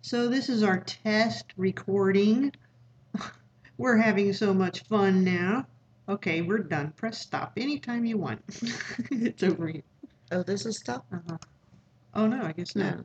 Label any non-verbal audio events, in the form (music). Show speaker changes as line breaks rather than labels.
So this is our test recording. (laughs) We're having so much fun now. Okay, we're done. Press stop anytime you want. (laughs) it's over.
Oh, this is stop.
uh Oh no, I guess not.
No.